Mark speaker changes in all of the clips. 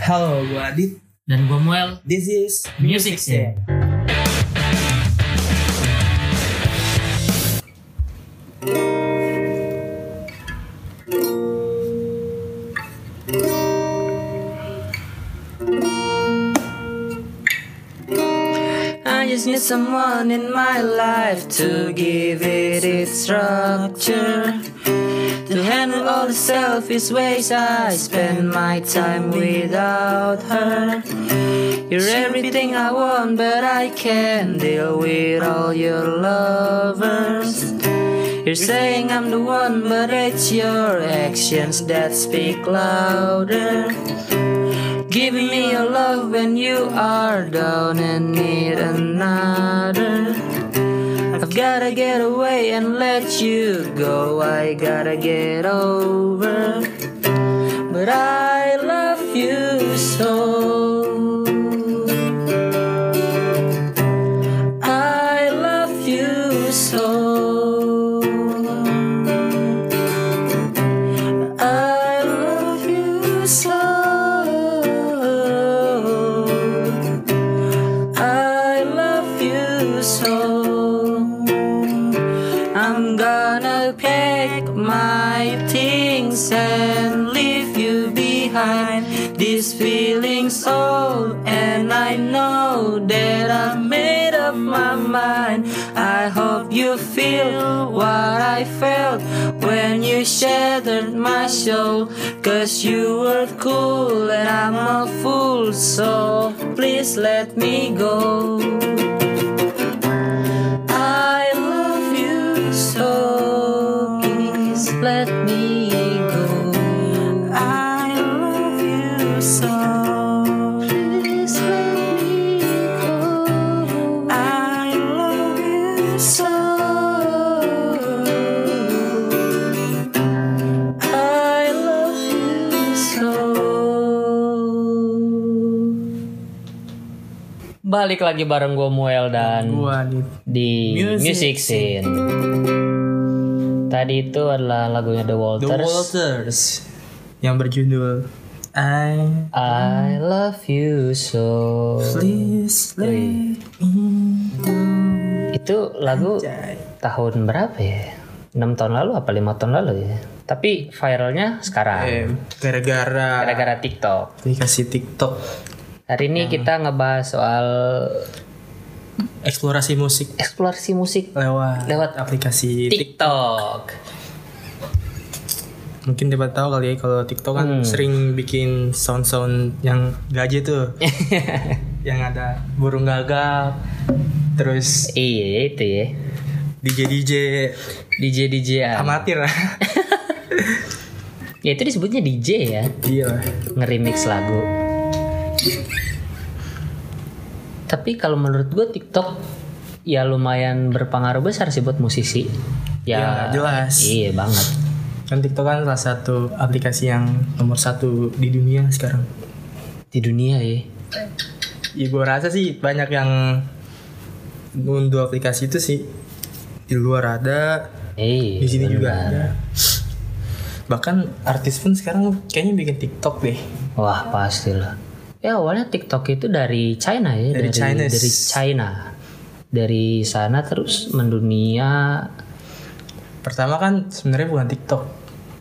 Speaker 1: Halo, gue Adit.
Speaker 2: Dan gue Muel,
Speaker 1: This is
Speaker 2: Music Scene.
Speaker 3: I just need someone in my life to give it its structure. To handle all the selfish ways I spend my time without her. You're everything I want, but I can't deal with all your lovers. You're saying I'm the one, but it's your actions that speak louder. Giving me your love when you are down and need another. I've gotta get away and let you go. I gotta get over. But I love you so. I love you so. I love you so. I love you so. I'm gonna pack my things and leave you behind. These feelings old, and I know that I made up my mind. I hope you feel what I felt when you shattered my soul. Cause you were cool and I'm a fool, so please let me go. I love you so, please let me go. I love you so, please let me go. I love you so. I love you so.
Speaker 2: Balik lagi bareng gue Muel dan
Speaker 1: Gue Adit.
Speaker 2: di
Speaker 1: Music
Speaker 2: Music, Scene. Tadi itu adalah lagunya The
Speaker 1: The
Speaker 2: Walters.
Speaker 1: Walters. Yang berjudul I
Speaker 2: I love you so.
Speaker 1: Please Let Me Go.
Speaker 2: Itu lagu
Speaker 1: Jai.
Speaker 2: tahun berapa ya? 6 tahun lalu apa 5 tahun lalu ya? Tapi viralnya sekarang
Speaker 1: Eh, Gara-gara
Speaker 2: gara-gara TikTok.
Speaker 1: dikasih TikTok
Speaker 2: Hari ini kita ngebahas soal
Speaker 1: eksplorasi musik
Speaker 2: eksplorasi musik
Speaker 1: lewat
Speaker 2: Lewat
Speaker 1: aplikasi Tik-
Speaker 2: TikTok.
Speaker 1: mungkin dapat tahu kali ya kalau TikTok kan sering bikin sound-sound yang gaje tuh yang ada burung gagak terus
Speaker 2: Iya itu ya.
Speaker 1: DJ DJ
Speaker 2: DJ DJ
Speaker 1: amatir
Speaker 2: Ya itu disebutnya DJ ya.
Speaker 1: Iya lah.
Speaker 2: Ngerimix lagu. Tapi kalau menurut gue TikTok ya lumayan berpengaruh besar sih buat musisi. Ya,
Speaker 1: Ya, jelas.
Speaker 2: Iya banget.
Speaker 1: Kan TikTok kan salah satu aplikasi yang nomor satu di dunia sekarang.
Speaker 2: Di dunia ya.
Speaker 1: Ya gue rasa sih banyak yang ngunduh aplikasi itu sih. Di luar ada,
Speaker 2: Eh,
Speaker 1: Iya, di sini juga
Speaker 2: benar.
Speaker 1: ada. Bahkan artis pun sekarang kayaknya bikin TikTok deh.
Speaker 2: Wah pasti lah. Ya awalnya TikTok itu dari China ya.
Speaker 1: Dari China.
Speaker 2: Dari China. Dari sana terus mendunia.
Speaker 1: Pertama kan sebenarnya bukan TikTok,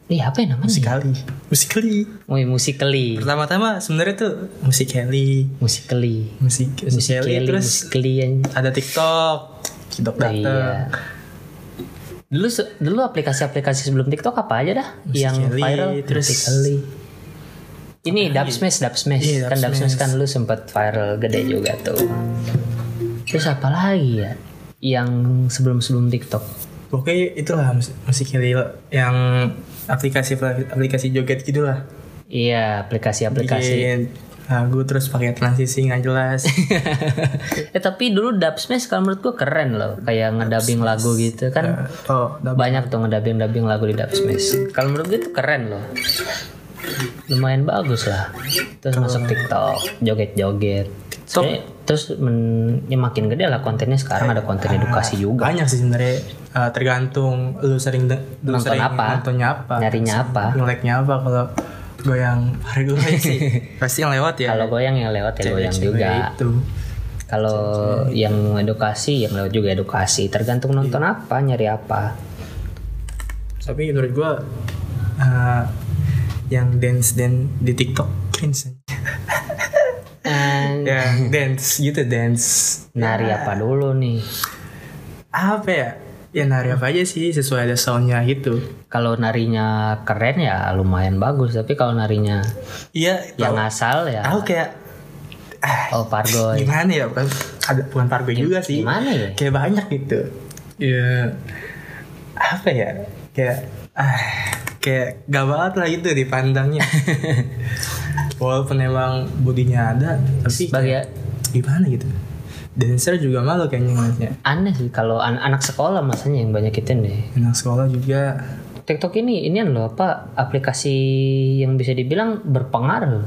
Speaker 2: Ih apa ya namanya?
Speaker 1: musikali. Musikali.
Speaker 2: Woi musikali.
Speaker 1: Pertama-tama sebenarnya tuh musikali,
Speaker 2: Musikali.
Speaker 1: musik Oh musikali
Speaker 2: Musikali.
Speaker 1: terus
Speaker 2: Musikali yang
Speaker 1: ada TikTok. TikTok dateng.
Speaker 2: Iya. Dulu se- dulu aplikasi-aplikasi sebelum TikTok apa aja dah yang
Speaker 1: Musical.ly,
Speaker 2: viral?
Speaker 1: terus-
Speaker 2: Musical.ly. Ini Dub Smash, Dub Smash.
Speaker 1: Iya, Dub
Speaker 2: kan Dub Smash
Speaker 1: Smash.
Speaker 2: kan lu sempet viral gede juga tuh. Terus apa lagi ya? Yang sebelum-sebelum TikTok.
Speaker 1: Oke, itulah mus- musik yang- yang aplikasi aplikasi joget gitu lah.
Speaker 2: Iya, aplikasi-aplikasi.
Speaker 1: Bikin lagu terus pakai transisi nggak jelas.
Speaker 2: eh tapi dulu Dub Smash kalau menurut gua keren loh, kayak ngedubbing lagu gitu kan.
Speaker 1: oh, dab-
Speaker 2: Banyak tuh ngedubbing-dubbing lagu di Dub Smash. Kalau menurut gue itu keren loh. Lumayan bagus lah. Terus masuk TikTok, joget-joget. Sebenarnya- Terus men, ya makin gede lah kontennya sekarang ada
Speaker 1: Ah,
Speaker 2: konten edukasi juga.
Speaker 1: banyak sih sebenarnya Eh, tergantung lu sering de- lu
Speaker 2: Nonton
Speaker 1: sering
Speaker 2: apa?
Speaker 1: nontonnya apa,
Speaker 2: Nyarinya apa?
Speaker 1: like-nya apa kalau goyang pare sih pasti yang lewat ya
Speaker 2: Kalau goyang yang lewat ya goyang
Speaker 1: Cewek-cewek
Speaker 2: juga.
Speaker 1: itu
Speaker 2: Kalau yang edukasi yang lewat juga edukasi. Tergantung nonton apa, nyari apa.
Speaker 1: tapi menurut gua eh, yang dance dance di TikTok cringe aja.
Speaker 2: Eh,
Speaker 1: ya dance gitu dance
Speaker 2: Nari apa dulu nih?
Speaker 1: apa ya ya nari apa aja sih sesuai ada soundnya gitu
Speaker 2: Kalau narinya keren ya lumayan bagus, tapi kalau narinya
Speaker 1: iya
Speaker 2: yang
Speaker 1: tahu-
Speaker 2: asal ya
Speaker 1: tahu kayak ah,
Speaker 2: oh pargo.
Speaker 1: gimana ya bukan ada bukan pargo juga sih
Speaker 2: Gimana ya?
Speaker 1: kayak banyak gitu ya apa ya kayak ah, kayak gak banget lah gitu dipandangnya walaupun emang bodinya ada tapi
Speaker 2: Sebagai ya?
Speaker 1: kayak gimana gitu dancer juga malu kayaknya ngeliatnya
Speaker 2: aneh sih kalau an- anak sekolah masanya yang banyak itu deh.
Speaker 1: anak sekolah juga
Speaker 2: TikTok ini ini loh apa aplikasi yang bisa dibilang berpengaruh.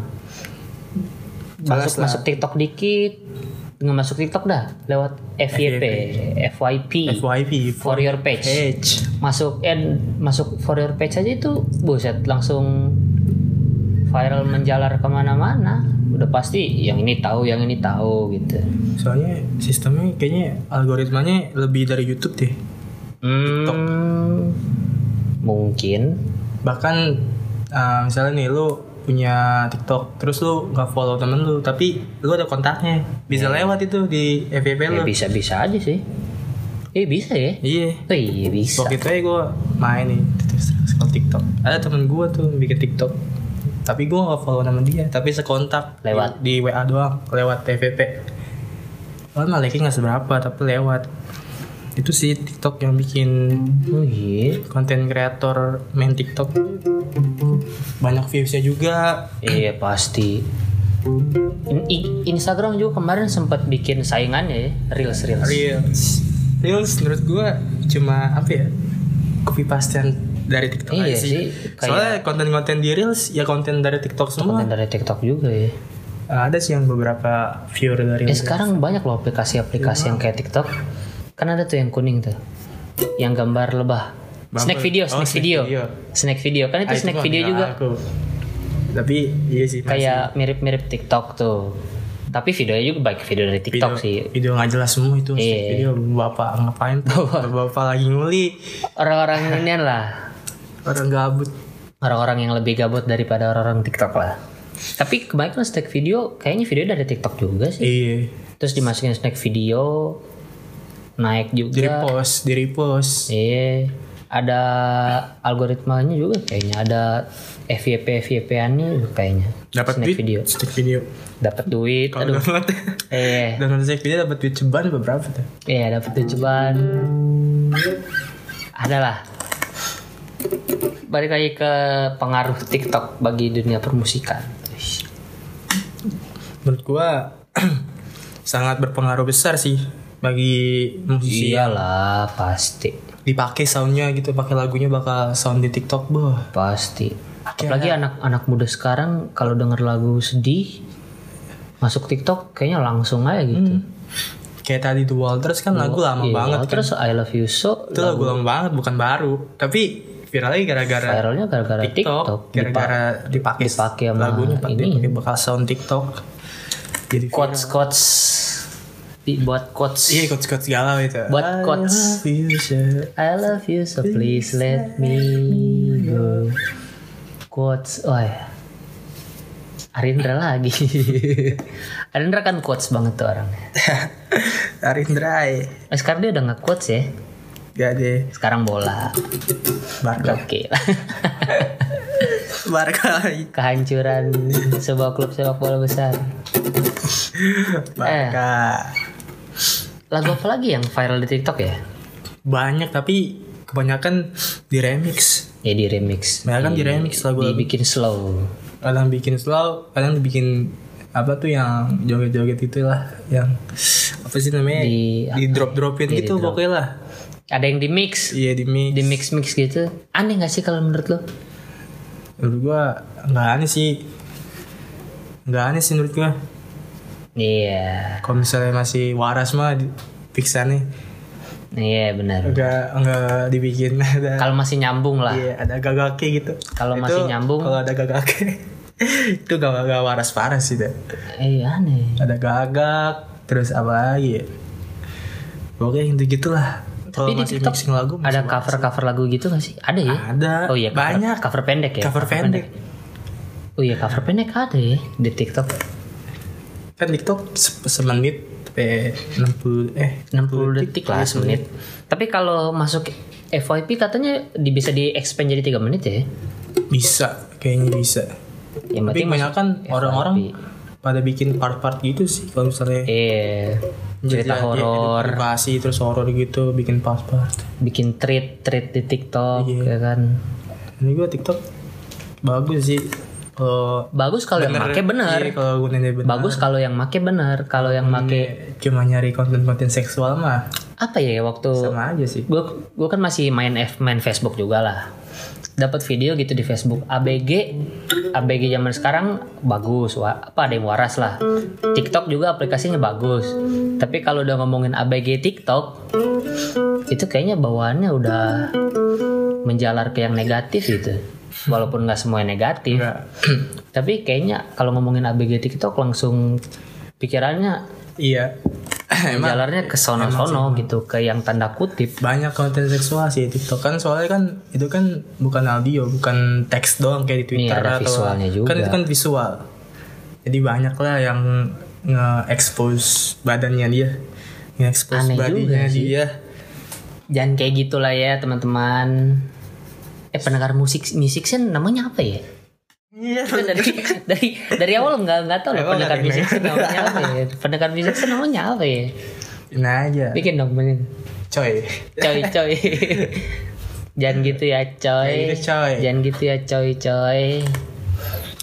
Speaker 2: Masuk masuk TikTok dikit, nggak masuk TikTok dah, lewat FYP, FYP,
Speaker 1: FYP
Speaker 2: for your page.
Speaker 1: Edge
Speaker 2: Masuk and masuk for your page aja itu buset langsung viral menjalar kemana-mana. Udah pasti yang ini tahu, yang ini tahu gitu.
Speaker 1: soalnya sistemnya kayaknya algoritmanya lebih dari YouTube deh
Speaker 2: Hmm, mungkin
Speaker 1: bahkan eh, misalnya nih lu punya TikTok terus lu nggak follow temen lu tapi lu ada kontaknya bisa lewat itu di FYP lu
Speaker 2: ya bisa-bisa aja sih. Eh bisa ya?
Speaker 1: iya
Speaker 2: Oh iya bisa.
Speaker 1: waktu itu aja gue main nih terus scroll TikTok ada temen gue tuh bikin TikTok tapi gue nggak follow nama dia tapi sekontak
Speaker 2: Lewat.
Speaker 1: di, di WA doang lewat FYP Walaupun malah like-nya nggak seberapa tapi lewat itu sih TikTok yang bikin
Speaker 2: Oh iya.
Speaker 1: konten kreator main TikTok banyak viewsnya juga
Speaker 2: Iya pasti. In- I- Instagram juga kemarin sempat bikin saingannya ya, reels reels.
Speaker 1: Iya. Reels Reels menurut gue cuma apa ya copy pastean dari TikTok aja
Speaker 2: Iya
Speaker 1: sih,
Speaker 2: sih, kayak-
Speaker 1: soalnya konten-konten di Reels ya konten dari TikTok semua
Speaker 2: Konten dari TikTok juga ya.
Speaker 1: Eh, ada sih yang beberapa viewer dari
Speaker 2: Eh
Speaker 1: Reels
Speaker 2: sekarang banyak
Speaker 1: Iya.
Speaker 2: loh aplikasi-aplikasi yang kayak TikTok. Kan ada tuh yang kuning tuh, yang gambar lebah.
Speaker 1: Bumble.
Speaker 2: Snack video,
Speaker 1: Oh,
Speaker 2: snack,
Speaker 1: snack
Speaker 2: video.
Speaker 1: video.
Speaker 2: snack video. Kan itu
Speaker 1: Ah,
Speaker 2: snack
Speaker 1: mah
Speaker 2: video
Speaker 1: nggak
Speaker 2: juga
Speaker 1: aku. tapi iya sih masih.
Speaker 2: kayak mirip-mirip TikTok tuh. Tapi videonya juga baik video dari TikTok
Speaker 1: video,
Speaker 2: sih.
Speaker 1: video nggak jelas semua itu snack
Speaker 2: Iya.
Speaker 1: video bapak ngapain tuh bapak lagi nguli
Speaker 2: Orang-orang ini lah,
Speaker 1: orang gabut
Speaker 2: orang-orang yang lebih gabut daripada orang-orang TikTok lah. Tapi kebanyakan snack video, kayaknya video dari TikTok juga sih.
Speaker 1: iya
Speaker 2: Terus dimasukin snack video, naik
Speaker 1: di
Speaker 2: juga.
Speaker 1: repost di repost
Speaker 2: Iya, ada algoritmanya juga kayaknya. Ada FYP FYP annya juga kayaknya.
Speaker 1: dapat
Speaker 2: snack
Speaker 1: duit
Speaker 2: video,
Speaker 1: snack video
Speaker 2: dapat duit.
Speaker 1: kalau
Speaker 2: Aduh,
Speaker 1: download
Speaker 2: iya,
Speaker 1: download snack video dapat duit ceban beberapa tuh
Speaker 2: iya dapat duit ceban. Adalah. Balik lagi ke pengaruh TikTok bagi dunia permusikan.
Speaker 1: Iya. menurut gua sangat berpengaruh besar sih bagi musisi
Speaker 2: Iya. Iyalah, pasti,
Speaker 1: dipakai soundnya gitu pakai lagunya bakal sound di TikTok boh
Speaker 2: pasti. Apalagi anak-anak muda sekarang kalau denger lagu sedih masuk TikTok kayaknya langsung aja gitu.
Speaker 1: kayak tadi The Walters kan lagu lama
Speaker 2: Iya,
Speaker 1: Hmm, banget kan.
Speaker 2: Terus I love you so
Speaker 1: itu lagu lama banget bukan baru tapi viralnya gara-gara
Speaker 2: viralnya gara-gara
Speaker 1: TikTok,
Speaker 2: Nah, TikTok.
Speaker 1: gara-gara dipakai
Speaker 2: dipakai sama
Speaker 1: lagunya pak-
Speaker 2: ini.
Speaker 1: dipakai bakal sound TikTok jadi
Speaker 2: Quotes quotes dibuat
Speaker 1: viral.
Speaker 2: quotes.
Speaker 1: iya quotes quotes galau itu
Speaker 2: Buat
Speaker 1: I
Speaker 2: quotes.
Speaker 1: love you, sir.
Speaker 2: I love you so please let me go. Quotes, oh ya. Arindra lagi. Arindra kan quotes banget tuh orangnya.
Speaker 1: Arindrai
Speaker 2: Eh, sekarang dia udah nggak quotes ya.
Speaker 1: gak deh
Speaker 2: Sekarang bola.
Speaker 1: Barca
Speaker 2: Oke.
Speaker 1: Barca
Speaker 2: Kehancuran sebuah klub sepak bola besar.
Speaker 1: Barca
Speaker 2: Lagu apa lagi yang viral di TikTok ya?
Speaker 1: banyak tapi kebanyakan di remix
Speaker 2: Ya di remix.
Speaker 1: Kebanyakan di remix lagu-lagu.
Speaker 2: Dibikin slow.
Speaker 1: kadang bikin slow kadang bikin apa tuh yang joget-joget itulah yang apa sih namanya
Speaker 2: Di-
Speaker 1: di, drop dropin gitu pokoknya lah
Speaker 2: Ada yang di mix,
Speaker 1: iya di mix
Speaker 2: di mix mix gitu. Aneh gak sih kalau menurut lo?
Speaker 1: menurut gua nggak aneh sih nggak aneh sih menurut gua
Speaker 2: Iya.
Speaker 1: Iya. kalau misalnya masih waras mah di- fix aneh
Speaker 2: Iya benar.
Speaker 1: Enggak enggak dibikin ada
Speaker 2: Kalau masih nyambung lah.
Speaker 1: Iya, ada gagake gitu.
Speaker 2: Kalau
Speaker 1: Itu
Speaker 2: masih nyambung.
Speaker 1: Kalau ada gagake itu gak, gak waras parah sih deh.
Speaker 2: Eh iya aneh.
Speaker 1: Ada gagak, terus apa lagi? ya? Pokoknya gitu gitulah. Kalau
Speaker 2: Tapi di
Speaker 1: masih
Speaker 2: TikTok
Speaker 1: mixing lagu masih
Speaker 2: ada
Speaker 1: waras.
Speaker 2: cover-cover lagu gitu gak sih? Ada ya?
Speaker 1: Ada.
Speaker 2: Oh iya, cover-
Speaker 1: banyak.
Speaker 2: cover pendek ya?
Speaker 1: Cover, pendek.
Speaker 2: Oh iya cover pendek ada ya di TikTok.
Speaker 1: Kan TikTok se- semenit sampai 60 eh
Speaker 2: 60 detik
Speaker 1: iya,
Speaker 2: lah semenit. Tapi kalau masuk FYP katanya di, bisa di expand jadi 3 menit ya.
Speaker 1: bisa kayaknya bisa.
Speaker 2: Yang
Speaker 1: Tapi
Speaker 2: penting
Speaker 1: banyak kan orang-orang pada bikin part-part gitu sih kalau misalnya
Speaker 2: eh cerita
Speaker 1: Jadi, ya,
Speaker 2: horor,
Speaker 1: edukasi terus horor gitu bikin part-part.
Speaker 2: bikin treat treat di TikTok
Speaker 1: Iya.
Speaker 2: ya kan.
Speaker 1: Ini gue TikTok bagus sih. Kalau
Speaker 2: Bagus kalau yang make bener. ya?
Speaker 1: Iya, kalau gunanya bener.
Speaker 2: Bagus kalau yang make bener, kalau yang
Speaker 1: Iya.
Speaker 2: make
Speaker 1: Cuma nyari konten-konten seksual mah
Speaker 2: apa ya waktu
Speaker 1: sama aja sih.
Speaker 2: gue gue kan masih main F main Facebook juga lah dapat video gitu di Facebook ABG ABG zaman sekarang bagus wa, apa ada yang waras lah TikTok juga aplikasinya bagus tapi kalau udah ngomongin ABG TikTok itu kayaknya bawaannya udah menjalar ke yang negatif gitu walaupun nggak semuanya negatif
Speaker 1: Enggak.
Speaker 2: tapi kayaknya kalau ngomongin ABG TikTok langsung pikirannya
Speaker 1: Iya. Emang
Speaker 2: jalarnya ke sono-sono gitu ke yang tanda kutip
Speaker 1: banyak konten seksual sih TikTok kan soalnya kan itu kan bukan audio, bukan teks doang kayak di
Speaker 2: Iya,
Speaker 1: Twitter
Speaker 2: ada
Speaker 1: atau
Speaker 2: visualnya juga.
Speaker 1: kan itu kan visual. Jadi banyak lah yang nge-expose badannya dia, nge-expose
Speaker 2: Aneh
Speaker 1: badannya
Speaker 2: juga sih.
Speaker 1: dia.
Speaker 2: Jangan kayak gitulah ya teman-teman. Eh pendengar musik musik sen namanya apa ya?
Speaker 1: Iya.
Speaker 2: Itu dari dari dari awal nggak nggak tahu loh
Speaker 1: Emang
Speaker 2: pendengar
Speaker 1: nggak
Speaker 2: musik
Speaker 1: ada
Speaker 2: sen namanya apa ya? Pendengar musik sen namanya apa ya?
Speaker 1: Nah aja,
Speaker 2: Bikin dong bener.
Speaker 1: coy.
Speaker 2: Coy coy. Jangan gitu ya coy.
Speaker 1: Jangan gitu, coy.
Speaker 2: Jangan gitu ya coy coy.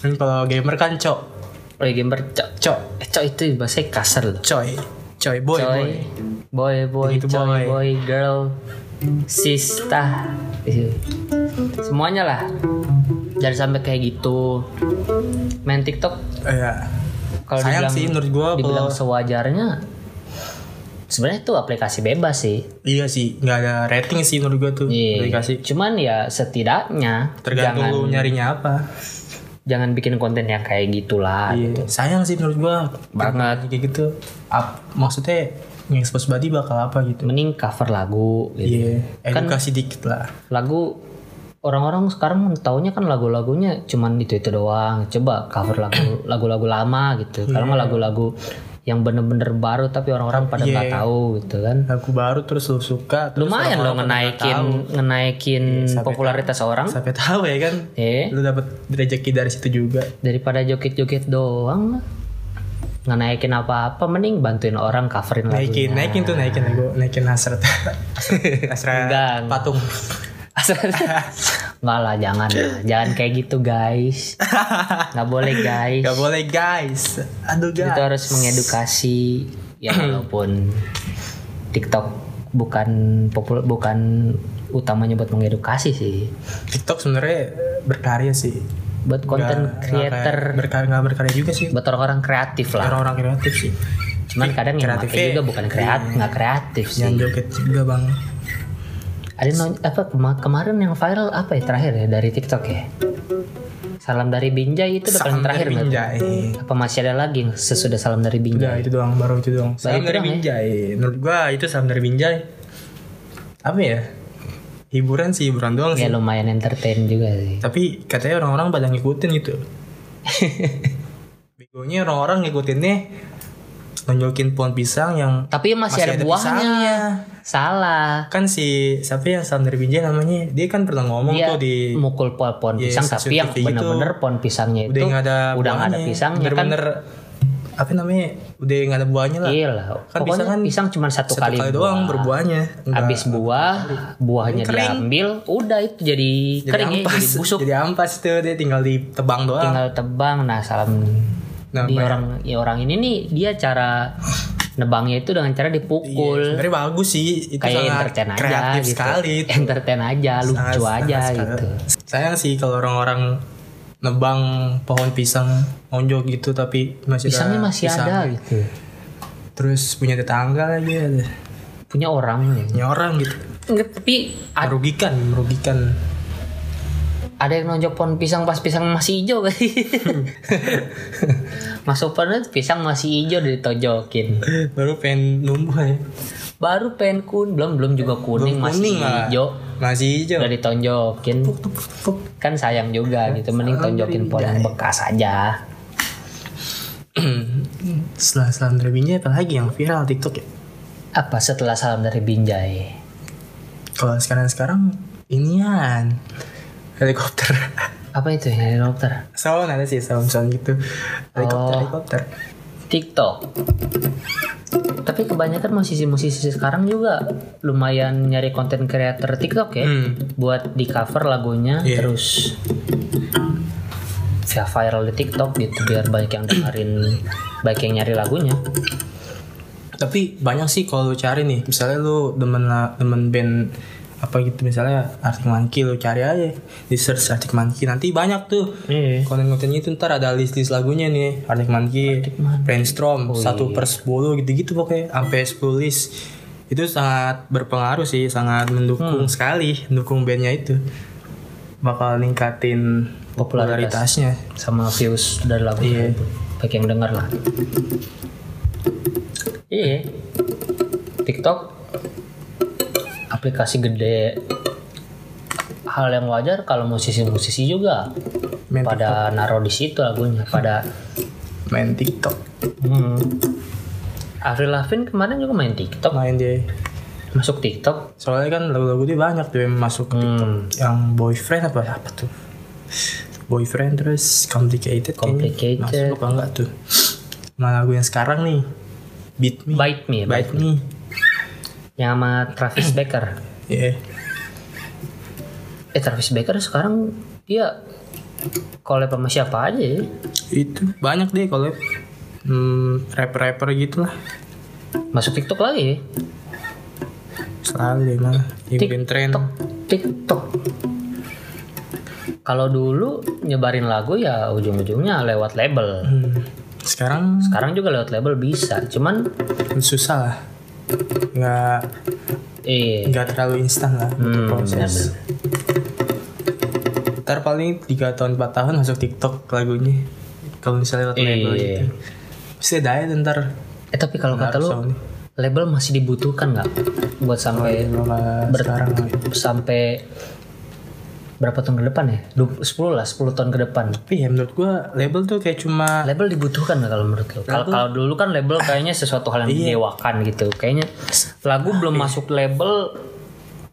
Speaker 1: Kan kalau gamer kan cok,
Speaker 2: Oh gamer coy.
Speaker 1: cok,
Speaker 2: Eh, coy itu bahasa kasar loh.
Speaker 1: coy, coy boy, boy.
Speaker 2: Coy. Boy boy
Speaker 1: Gitu,
Speaker 2: coy
Speaker 1: boy.
Speaker 2: boy girl sista. Ih, Semuanya lah. Jangan sampai kayak gitu. Main TikTok
Speaker 1: Iya.
Speaker 2: kalau
Speaker 1: Sayang
Speaker 2: dibilang,
Speaker 1: sih menurut gua
Speaker 2: dibilang
Speaker 1: kalau-
Speaker 2: sewajarnya sebenarnya itu aplikasi bebas sih.
Speaker 1: Iya sih, nggak ada rating sih menurut gua tuh.
Speaker 2: Iya.
Speaker 1: Aplikasi.
Speaker 2: Cuman ya setidaknya
Speaker 1: Tergantung lu
Speaker 2: jangan
Speaker 1: nyarinya apa.
Speaker 2: jangan bikin konten yang kayak gitulah.
Speaker 1: Iya. Sayang sih menurut gua
Speaker 2: Ah, Banget.
Speaker 1: kayak gitu. Ap- maksudnya nge-expose body bakal apa gitu.
Speaker 2: Mending cover lagu gitu.
Speaker 1: Iya.
Speaker 2: Nah, Kan-
Speaker 1: Edukasi dikit lah.
Speaker 2: lagu orang-orang sekarang taunya kan lagu-lagunya cuman itu itu doang coba cover lagu lagu-lagu lama gitu kalau nggak lagu-lagu yang bener-bener baru tapi orang-orang pada
Speaker 1: Iya.
Speaker 2: nggak
Speaker 1: Iya.
Speaker 2: tahu gitu kan
Speaker 1: Lagu baru terus lu suka terus
Speaker 2: lumayan
Speaker 1: orang-orang
Speaker 2: loh ngenaikin
Speaker 1: pada nggak Iya,
Speaker 2: ngenaikin
Speaker 1: sampai
Speaker 2: popularitas orang
Speaker 1: tahu. sampai tahu ya kan.
Speaker 2: eh
Speaker 1: Lu dapat rezeki dari situ juga.
Speaker 2: daripada joget-joget doang lah. nggak naikin apa-apa mending bantuin orang coverin
Speaker 1: Naikin,
Speaker 2: lagunya
Speaker 1: naikin tuh naikin gua naikin hasrat. hasrat
Speaker 2: Enggak.
Speaker 1: patung.
Speaker 2: nggak lah jangan lah. jangan kayak gitu guys nggak boleh guys
Speaker 1: Gak boleh guys. Aduh guys.
Speaker 2: itu harus mengedukasi ya walaupun TikTok bukan popul bukan utamanya buat mengedukasi sih
Speaker 1: TikTok sebenarnya berkarya sih.
Speaker 2: buat konten
Speaker 1: Nggak- nggak kayak
Speaker 2: creator
Speaker 1: berkarya nggak berkarya juga sih.
Speaker 2: buat orang-orang kreatif lah
Speaker 1: Orang-orang kreatif sih.
Speaker 2: cuman kadang yang
Speaker 1: kreatif
Speaker 2: pakai
Speaker 1: ya.
Speaker 2: juga bukan kreatif nggak kreatif sih
Speaker 1: Yang joget juga bang.
Speaker 2: ada no- apa kema- kemarin yang viral apa ya terakhir ya dari TikTok ya salam dari Binjai itu udah paling terakhir nggak?
Speaker 1: Binjai.
Speaker 2: apa masih ada lagi yang sesudah salam dari
Speaker 1: Udah
Speaker 2: Binjai
Speaker 1: itu doang baru itu doang. Salam dari
Speaker 2: itu doang ya?
Speaker 1: Binjai. Menurut gua itu salam dari Binjai. Apa ya? Hiburan sih hiburan doang
Speaker 2: ya
Speaker 1: sih.
Speaker 2: lumayan entertain juga sih
Speaker 1: Tapi katanya orang-orang pada ngikutin gitu. Begonya orang-orang ngikutinnya nunjukin pohon pisang yang
Speaker 2: tapi masih, ada, buahnya
Speaker 1: pisangnya.
Speaker 2: salah
Speaker 1: Kan si siapa yang salam dari Binjai namanya? Dia kan pernah ngomong
Speaker 2: dia
Speaker 1: tuh di
Speaker 2: mukul po- pohon
Speaker 1: Iya,
Speaker 2: pisang
Speaker 1: stasiun
Speaker 2: tapi yang
Speaker 1: TV gitu.
Speaker 2: bener-bener pohon pisangnya itu
Speaker 1: udah nggak ada
Speaker 2: udah nggak ada
Speaker 1: buahnya.
Speaker 2: pisangnya kan
Speaker 1: bener-bener apa namanya udah nggak ada buahnya lah
Speaker 2: iya lah
Speaker 1: Kan
Speaker 2: pokoknya
Speaker 1: pisang
Speaker 2: pisang,
Speaker 1: kan
Speaker 2: cuma satu,
Speaker 1: satu kali, doang berbuahnya Nggak-
Speaker 2: habis buah buahnya
Speaker 1: Kering.
Speaker 2: diambil udah itu jadi,
Speaker 1: jadi
Speaker 2: kering ya,
Speaker 1: ampas
Speaker 2: jadi busuk
Speaker 1: jadi ampas tuh dia tinggal ditebang doang
Speaker 2: tinggal tebang nah salam
Speaker 1: Nah,
Speaker 2: di
Speaker 1: bayang-
Speaker 2: orang ya orang ini nih dia cara nebangnya itu dengan cara dipukul
Speaker 1: Iya, sebenarnya bagus sih itu
Speaker 2: kayak
Speaker 1: sangat
Speaker 2: entertain aja
Speaker 1: kreatif
Speaker 2: gitu
Speaker 1: sekali itu.
Speaker 2: entertain aja
Speaker 1: Sangat-
Speaker 2: lucu aja
Speaker 1: sangat sekali.
Speaker 2: gitu
Speaker 1: sayang sih kalau orang-orang nebang pohon pisang onjok gitu tapi masih ada
Speaker 2: pisangnya masih ada
Speaker 1: pisangnya.
Speaker 2: gitu
Speaker 1: terus punya tetangga lagi ada
Speaker 2: punya orang ya.
Speaker 1: nyorang gitu
Speaker 2: Enggak, tapi a-
Speaker 1: merugikan merugikan
Speaker 2: ada yang nonjok pohon pisang pas pisang masih hijau kan masuk pohon itu pisang masih hijau udah ditojokin
Speaker 1: baru pengen numbuh ya
Speaker 2: baru pen kun belum belum juga kuning,
Speaker 1: Belum
Speaker 2: masih
Speaker 1: malah.
Speaker 2: hijau
Speaker 1: masih hijau
Speaker 2: udah ditonjokin
Speaker 1: Tepuk, tepuk, tepuk.
Speaker 2: kan sayang juga gitu mending tonjokin pohon yang bekas aja
Speaker 1: setelah selam derbinya apa lagi yang viral tiktok ya
Speaker 2: apa setelah salam dari Binjai
Speaker 1: kalau sekarang sekarang inian helikopter
Speaker 2: apa itu ya helikopter
Speaker 1: sound ada sih sound sound gitu helikopter
Speaker 2: Oh.
Speaker 1: helikopter
Speaker 2: TikTok tapi kebanyakan musisi-musisi sekarang juga lumayan nyari konten creator TikTok ya
Speaker 1: Hmm.
Speaker 2: buat di cover lagunya
Speaker 1: Iya.
Speaker 2: terus via viral di TikTok gitu biar banyak yang dengerin banyak yang nyari lagunya
Speaker 1: tapi banyak sih kalau lu cari nih misalnya lu demen la- demen band apa gitu misalnya Arctic Monkey lu cari aja di search Arctic Monkey nanti banyak tuh
Speaker 2: Iya.
Speaker 1: konten-konten itu ntar ada list list lagunya nih Arctic Monkey, Brainstorm
Speaker 2: Oh,
Speaker 1: satu
Speaker 2: iya.
Speaker 1: per 10 gitu-gitu pokoknya sampai 10 list itu sangat berpengaruh sih sangat mendukung
Speaker 2: Hmm.
Speaker 1: sekali mendukung bandnya itu bakal ningkatin
Speaker 2: Popularitas.
Speaker 1: popularitasnya
Speaker 2: sama views dari lagu
Speaker 1: Iya.
Speaker 2: itu banyak yang denger lah iya TikTok aplikasi gede hal yang wajar kalau musisi-musisi juga
Speaker 1: main,
Speaker 2: pada naruh di situ lagunya pada
Speaker 1: main TikTok
Speaker 2: hmm, Avril Lavigne kemarin juga main TikTok
Speaker 1: main dia
Speaker 2: masuk TikTok
Speaker 1: soalnya kan lagu-lagu dia banyak tuh yang masuk ke
Speaker 2: hmm,
Speaker 1: yang boyfriend apa apa tuh boyfriend terus complicated kayaknya.
Speaker 2: Complicated.
Speaker 1: masuk apa enggak tuh nah lagu yang sekarang nih beat me
Speaker 2: Bite Me
Speaker 1: bite, me
Speaker 2: yang sama Travis Baker
Speaker 1: ya
Speaker 2: eh Travis Baker sekarang dia collab sama siapa aja ya
Speaker 1: itu banyak deh kalau hmm, rapper rapper gitu lah
Speaker 2: masuk TikTok lagi ya?
Speaker 1: selalu deh malah yang
Speaker 2: Tik-
Speaker 1: bikin tren
Speaker 2: TikTok TikTok kalau dulu nyebarin lagu ya ujung-ujungnya lewat label
Speaker 1: Hmm, sekarang
Speaker 2: sekarang juga lewat label bisa cuman
Speaker 1: susah lah nggak
Speaker 2: eh
Speaker 1: nggak terlalu instan lah untuk
Speaker 2: Hmm,
Speaker 1: proses ntar paling 3 tahun 4 tahun masuk tiktok lagunya kalau misalnya lewat label
Speaker 2: Iya.
Speaker 1: gitu pasti ada aja tuh ntar
Speaker 2: eh tapi kalau kata lu
Speaker 1: sound.
Speaker 2: label masih dibutuhkan nggak buat sampai
Speaker 1: Lola Oh, iya.
Speaker 2: Ber-
Speaker 1: sekarang
Speaker 2: sampai berapa tahun ke depan ya? Du- 10 lah, 10 tahun ke depan.
Speaker 1: tapi ya menurut gua label tuh kayak cuma
Speaker 2: Label dibutuhkan nggak kalau menurut lo? Kalau kalau dulu kan label kayaknya sesuatu hal yang
Speaker 1: Iya.
Speaker 2: mendewakan gitu. Kayaknya lagu belum masuk label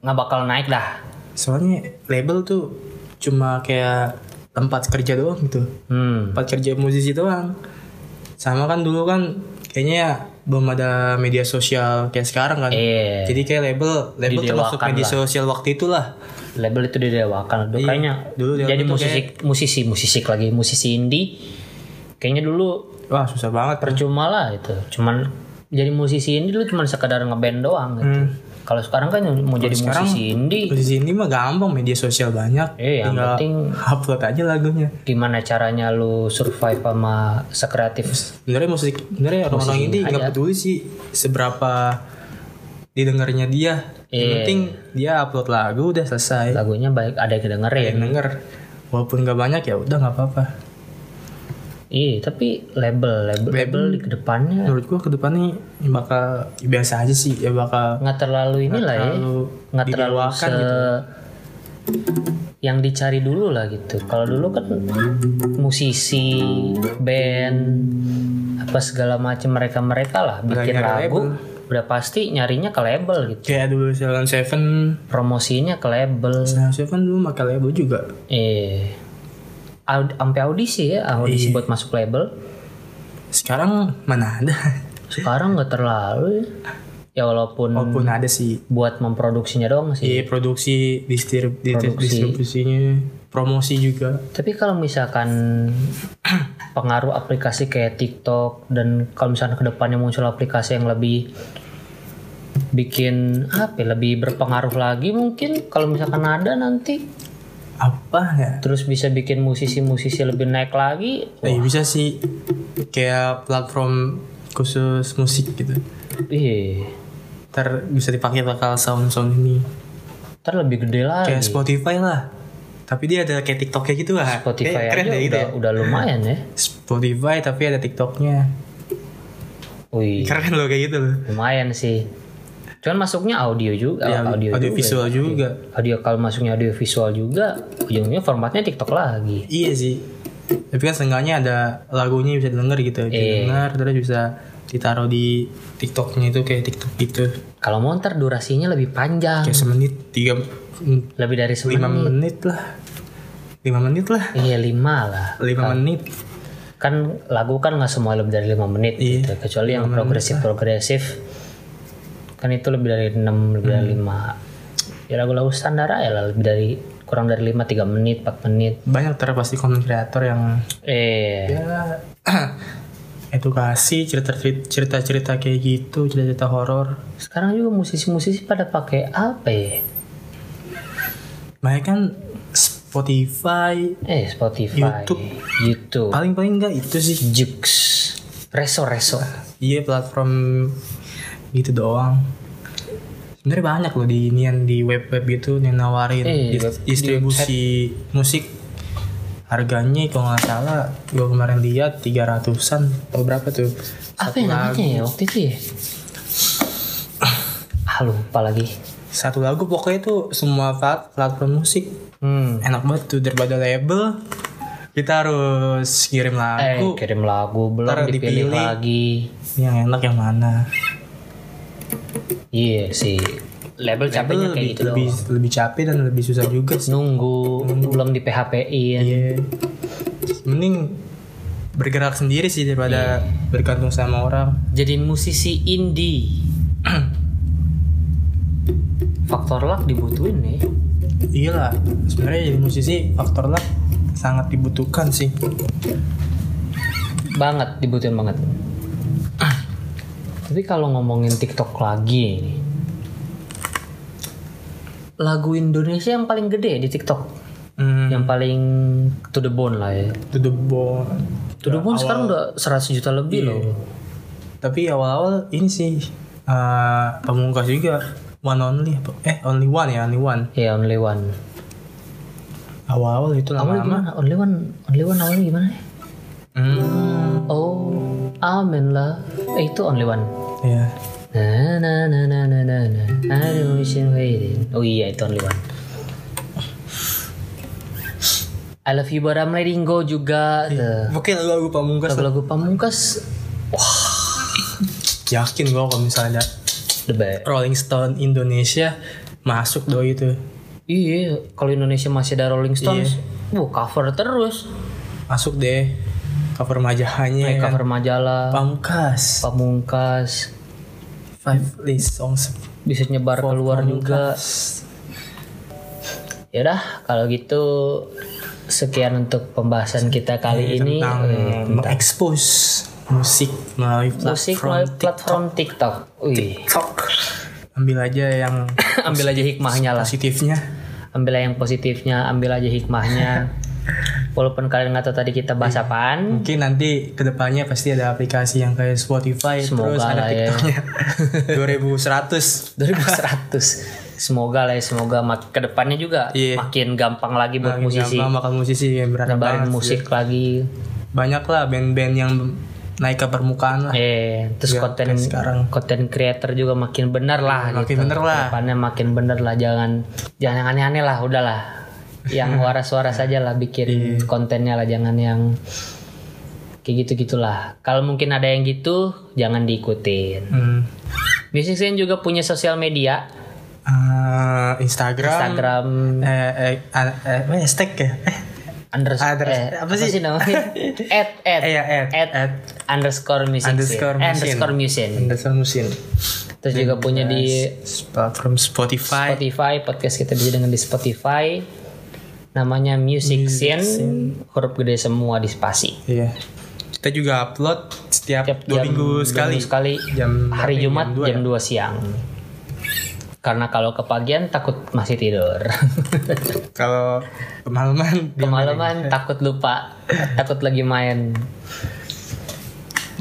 Speaker 2: nggak bakal naik dah.
Speaker 1: soalnya label tuh cuma kayak tempat kerja doang gitu
Speaker 2: Hmm.
Speaker 1: tempat kerja musisi doang sama kan dulu kan kayaknya belum ada media sosial kayak sekarang kan
Speaker 2: Iya.
Speaker 1: jadi kayak label label termasuk
Speaker 2: Didewakan
Speaker 1: media
Speaker 2: lah.
Speaker 1: sosial waktu itulah
Speaker 2: Label itu didewakan. Dulu kayaknya
Speaker 1: Iya. Dulu dia
Speaker 2: jadi
Speaker 1: tuh
Speaker 2: musisi, musisi, musisi lagi musisi indie. Kayaknya dulu
Speaker 1: wah susah banget
Speaker 2: percuma lah itu. Cuman jadi musisi indie dulu cuman sekedar ngeband doang gitu.
Speaker 1: Hmm.
Speaker 2: Kalau sekarang kan mau jadi
Speaker 1: sekarang
Speaker 2: musisi indie
Speaker 1: Musisi ini mah gampang media sosial banyak.
Speaker 2: Iya, yang
Speaker 1: tinggal
Speaker 2: penting
Speaker 1: upload aja lagunya.
Speaker 2: gimana caranya lu survive sama sekreatif
Speaker 1: Sebenarnya musik, sebenarnya orang-orang ini nggak peduli sih seberapa didengarnya dia. Yang
Speaker 2: Iya.
Speaker 1: penting dia upload lagu udah selesai.
Speaker 2: lagunya baik ada yang
Speaker 1: Yang
Speaker 2: dengerin
Speaker 1: denger walaupun nggak banyak ya udah nggak apa-apa.
Speaker 2: iya tapi label label label di kedepannya
Speaker 1: Menurut gua ke depan nih bakal biasa aja sih ya bakal
Speaker 2: nggak terlalu inilah ya
Speaker 1: terlalu
Speaker 2: nggak terlalu
Speaker 1: didewakan
Speaker 2: se
Speaker 1: gitu.
Speaker 2: yang dicari dulu lah gitu kalau dulu kan musisi band apa segala macam mereka mereka lah bikin
Speaker 1: nyari
Speaker 2: lagu udah pasti nyarinya ke label gitu
Speaker 1: kayak dulu Salon Seven.
Speaker 2: promosinya ke label
Speaker 1: Salon Seven dulu pakai label juga.
Speaker 2: eh aud- sampai audisi ya audisi
Speaker 1: Iya.
Speaker 2: buat masuk label
Speaker 1: Sekarang mana ada?
Speaker 2: sekarang nggak terlalu ya ya walaupun
Speaker 1: Walaupun ada sih
Speaker 2: buat memproduksinya doang sih
Speaker 1: Iya produksi, distrib- distribusinya, promosi juga.
Speaker 2: tapi kalau misalkan pengaruh aplikasi kayak TikTok dan kalau misalkan kedepannya muncul aplikasi yang lebih bikin apa ya, lebih berpengaruh lagi mungkin kalau misalkan ada nanti
Speaker 1: Apa ya?
Speaker 2: terus bisa bikin musisi-musisi lebih naik lagi
Speaker 1: Eh, bisa sih
Speaker 2: iya,
Speaker 1: kayak platform khusus musik gitu.
Speaker 2: ih
Speaker 1: Ntar bisa dipakai bakal sound-sound ini
Speaker 2: Ntar lebih gede lagi.
Speaker 1: Kayak Spotify lah Tapi dia ada kayak TikToknya gitu lah
Speaker 2: Spotify
Speaker 1: Kayak Keren
Speaker 2: aja
Speaker 1: deh gitu
Speaker 2: udah,
Speaker 1: ya
Speaker 2: udah lumayan ya.
Speaker 1: Spotify tapi ada TikToknya
Speaker 2: Wih,
Speaker 1: Keren loh kayak gitu loh
Speaker 2: lumayan sih. Cuman masuknya audio juga,
Speaker 1: Ya,
Speaker 2: audio,
Speaker 1: audio
Speaker 2: juga.
Speaker 1: visual juga.
Speaker 2: Audio kalau masuknya audio visual juga, ujungnya formatnya TikTok lagi.
Speaker 1: Iya sih Tapi kan seenggaknya ada lagunya bisa denger gitu Bisa
Speaker 2: Iya.
Speaker 1: denger terus bisa ditaruh di TikToknya itu kayak TikTok gitu
Speaker 2: Kalau mau ntar durasinya lebih panjang,
Speaker 1: Kayak semenit tiga
Speaker 2: lebih dari
Speaker 1: lima
Speaker 2: semenit.
Speaker 1: menit lah lima menit lah
Speaker 2: Iya lima lah.
Speaker 1: lima menit
Speaker 2: Kan lagu kan nggak semua lebih dari lima menit
Speaker 1: Iya,
Speaker 2: gitu, kecuali yang progresif progresif. Kan itu lebih dari enam, lebih
Speaker 1: Hmm.
Speaker 2: dari lima. Ya lagu-lagu standar aja lah, lebih dari kurang dari lima, tiga menit, empat menit.
Speaker 1: banyak ter pasti konten kreator yang
Speaker 2: Eh,
Speaker 1: ya edukasi cerita cerita cerita kayak gitu cerita cerita horor
Speaker 2: Sekarang juga musisi-musisi pada pakai apa ya?
Speaker 1: banyak kan Spotify
Speaker 2: Eh, Spotify,
Speaker 1: YouTube.
Speaker 2: YouTube,
Speaker 1: paling paling enggak itu sih
Speaker 2: Jux, Reso Reso.
Speaker 1: iya platform gitu doang sebenarnya banyak loh di inian di web web gitu yang nawarin
Speaker 2: Eh,
Speaker 1: dis-
Speaker 2: web- di
Speaker 1: distribusi musik harganya kalau nggak salah gue kemarin lihat 300-an atau berapa tuh
Speaker 2: Apa ya namanya ya waktu itu ya? Ah, lupa lagi.
Speaker 1: satu lagu pokoknya tuh semua plat- platform musik
Speaker 2: Hmm.
Speaker 1: enak banget tuh daripada label kita harus kirim
Speaker 2: Eh,
Speaker 1: lagu
Speaker 2: kirim lagu belum
Speaker 1: Ntar dipilih.
Speaker 2: dipilih, lagi.
Speaker 1: yang enak yang mana
Speaker 2: Iya sih. Label capeknya
Speaker 1: Label
Speaker 2: kayak
Speaker 1: lebih
Speaker 2: gitu
Speaker 1: lebih,
Speaker 2: doang.
Speaker 1: lebih capek dan lebih susah juga sih
Speaker 2: Nunggu, belum di PHP-in.
Speaker 1: Iya. Mending bergerak sendiri sih daripada bergantung sama orang.
Speaker 2: Jadi musisi indie. Faktor luck dibutuhin nih.
Speaker 1: Iya lah. Sebenarnya jadi musisi faktor luck sangat dibutuhkan sih.
Speaker 2: banget dibutuhin banget Ah. tapi kalau ngomongin TikTok lagi nih, lagu Indonesia yang paling gede di TikTok
Speaker 1: Hmm.
Speaker 2: yang paling to the bone lah ya
Speaker 1: To the bone.
Speaker 2: to the bone sekarang udah 100 juta lebih loh
Speaker 1: Tapi awal-awal ini sih eh, pemungkas juga one only apa? Eh only one ya only one.
Speaker 2: ya only one
Speaker 1: Awal-awal itu
Speaker 2: awalnya
Speaker 1: lama-lama.
Speaker 2: gimana only one only one awalnya gimana ya?
Speaker 1: Hmm.
Speaker 2: oh I'm in love eh, itu only one
Speaker 1: Iya.
Speaker 2: na na na na na na na I don't wish you waiting oh iya itu only one I love you but I'm letting go juga tuh.
Speaker 1: Mungkin lagu pamungkas
Speaker 2: lagu-lagu pamungkas
Speaker 1: yakin gua kalau misalnya ada
Speaker 2: the best
Speaker 1: Rolling Stone Indonesia masuk doi itu
Speaker 2: iya kalau Indonesia masih ada Rolling Stones wah cover terus
Speaker 1: masuk deh cover majahannya
Speaker 2: Kayak
Speaker 1: ya kan.
Speaker 2: cover majalah
Speaker 1: pamungkas
Speaker 2: pamungkas
Speaker 1: five list songs
Speaker 2: bisa nyebar keluar juga
Speaker 1: Pamungkas.
Speaker 2: Yaudah, kalau gitu sekian untuk pembahasan kita kali ini
Speaker 1: tentang
Speaker 2: Eh,
Speaker 1: mengekspos musik melalui
Speaker 2: musik
Speaker 1: platform
Speaker 2: melalui platform TikTok. Wih,
Speaker 1: TikTok ambil aja yang
Speaker 2: ambil aja hikmahnya lah.
Speaker 1: positifnya
Speaker 2: Ambil aja yang positifnya, ambil aja hikmahnya. Walaupun kalian nggak tahu tadi kita bahas
Speaker 1: Iya.
Speaker 2: apaan,
Speaker 1: mungkin nanti kedepannya pasti ada aplikasi yang kayak Spotify
Speaker 2: Semoga
Speaker 1: terus ada
Speaker 2: lah ya.
Speaker 1: TikToknya 2100
Speaker 2: 2100. Semoga lah ya, semoga mak kedepannya juga
Speaker 1: Iya.
Speaker 2: makin gampang lagi buat
Speaker 1: Makin gampang
Speaker 2: musisi,
Speaker 1: Iya. makan musisi yang berat
Speaker 2: nyebarin
Speaker 1: banget
Speaker 2: musik lagi.
Speaker 1: banyak lah band-band yang naik ke permukaan lah
Speaker 2: Eh, terus
Speaker 1: Iya,
Speaker 2: konten
Speaker 1: kayak sekarang.
Speaker 2: konten creator juga makin bener lah.
Speaker 1: Makin
Speaker 2: gitu.
Speaker 1: bener lah.
Speaker 2: Kedepannya makin bener lah, jangan jangan yang aneh-aneh lah, udahlah. Yang waras-waras aja lah bikin
Speaker 1: Iya.
Speaker 2: kontennya lah, jangan yang kayak gitu gitulah. Kalau mungkin ada yang gitu, jangan diikutin.
Speaker 1: Hmm.
Speaker 2: Music Scene juga punya sosial media,
Speaker 1: Eh, Instagram,
Speaker 2: Instagram,
Speaker 1: eh, eh, an- eh, apa ya, hashtag ya eh,
Speaker 2: underscore
Speaker 1: Under-
Speaker 2: eh, apa, sih? namanya at at
Speaker 1: Eh, ya, at, at.
Speaker 2: underscore music scene.
Speaker 1: Underscore
Speaker 2: Eh,
Speaker 1: musin.
Speaker 2: underscore musin.
Speaker 1: Underscore Musin
Speaker 2: terus juga punya di
Speaker 1: S- platform Spotify
Speaker 2: Spotify podcast kita bisa dengan di Spotify namanya music, scene huruf gede semua di spasi
Speaker 1: iya kita juga upload setiap,
Speaker 2: Tiap
Speaker 1: dua
Speaker 2: jam-
Speaker 1: minggu
Speaker 2: dua
Speaker 1: sekali
Speaker 2: minggu sekali
Speaker 1: Jam berapa
Speaker 2: hari
Speaker 1: ya?
Speaker 2: Jumat
Speaker 1: Jam dua
Speaker 2: jam 2 siang karena kalau kepagian takut masih tidur
Speaker 1: kalau kemalaman dia
Speaker 2: kemalaman takut lupa takut lagi main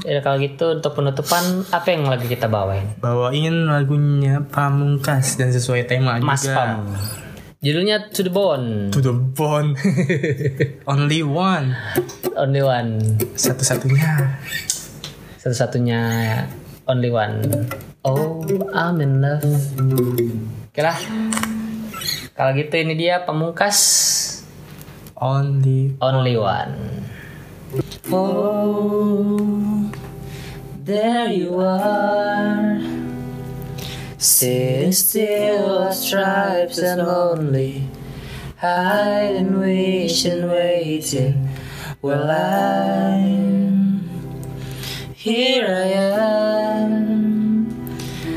Speaker 2: Ya, kalau gitu untuk penutupan apa yang lagi kita bawain?
Speaker 1: Bawain lagunya Pamungkas dan sesuai tema
Speaker 2: Mas
Speaker 1: juga.
Speaker 2: Pam. Judulnya To The Bone.
Speaker 1: To the bone. Only one.
Speaker 2: Only One.
Speaker 1: Satu-satunya.
Speaker 2: Satu-satunya Only One. Oh, I'm in love. Oke lah. Kalau gitu ini dia pemungkas
Speaker 1: Only
Speaker 2: Only One.
Speaker 3: Oh, there you are. Sitting still as stripes and lonely, hiding, wishing, waiting. Well, I'm here. I am,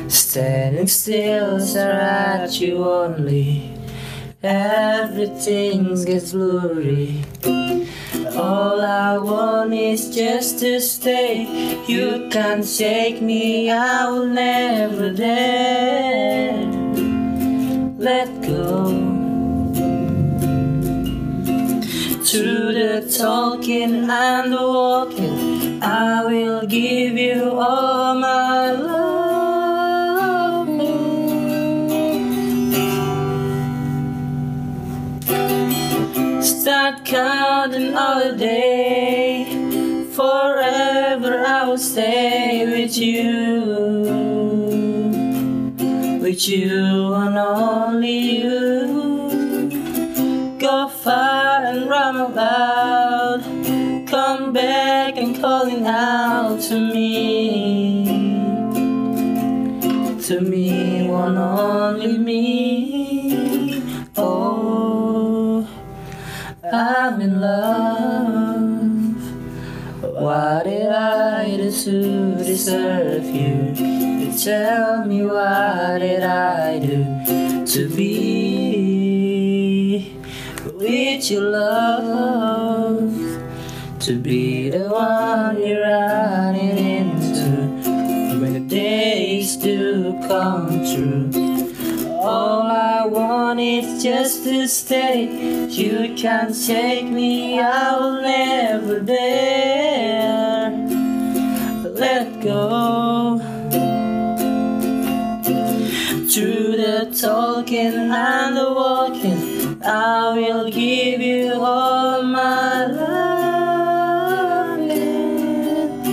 Speaker 3: standing still, stare at you only. Everything gets blurry. All I want is just to stay. You can't shake me, I will never dare let go. Through the talking and the walking, I will give you all my love. Start counting all the day. Forever I will stay with you. With you and only you. Go far and run about. Come back and calling out to me. To me, one only me. Oh. I'm in love. Why did I do to deserve you? You tell me what did I do to be with your love? To be the one you're running into when the days do come true. All I want is just to stay. You can't shake me, I will never dare let go. Through the talking and the walking, I will give you all my love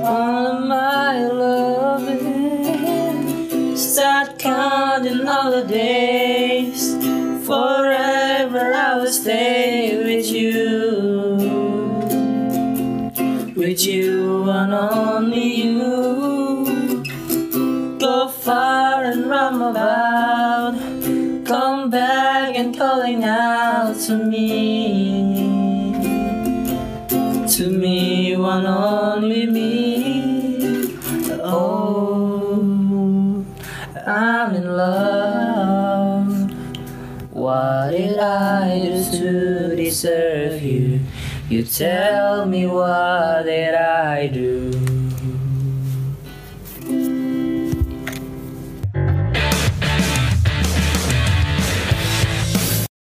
Speaker 3: all my loving. Start counting all the days. Forever I will stay with you. With you and only you. Go far and roam about. Come back and calling out to me to me, one only me. Oh, I'm in love. What did I do to deserve you? You tell me what did I do?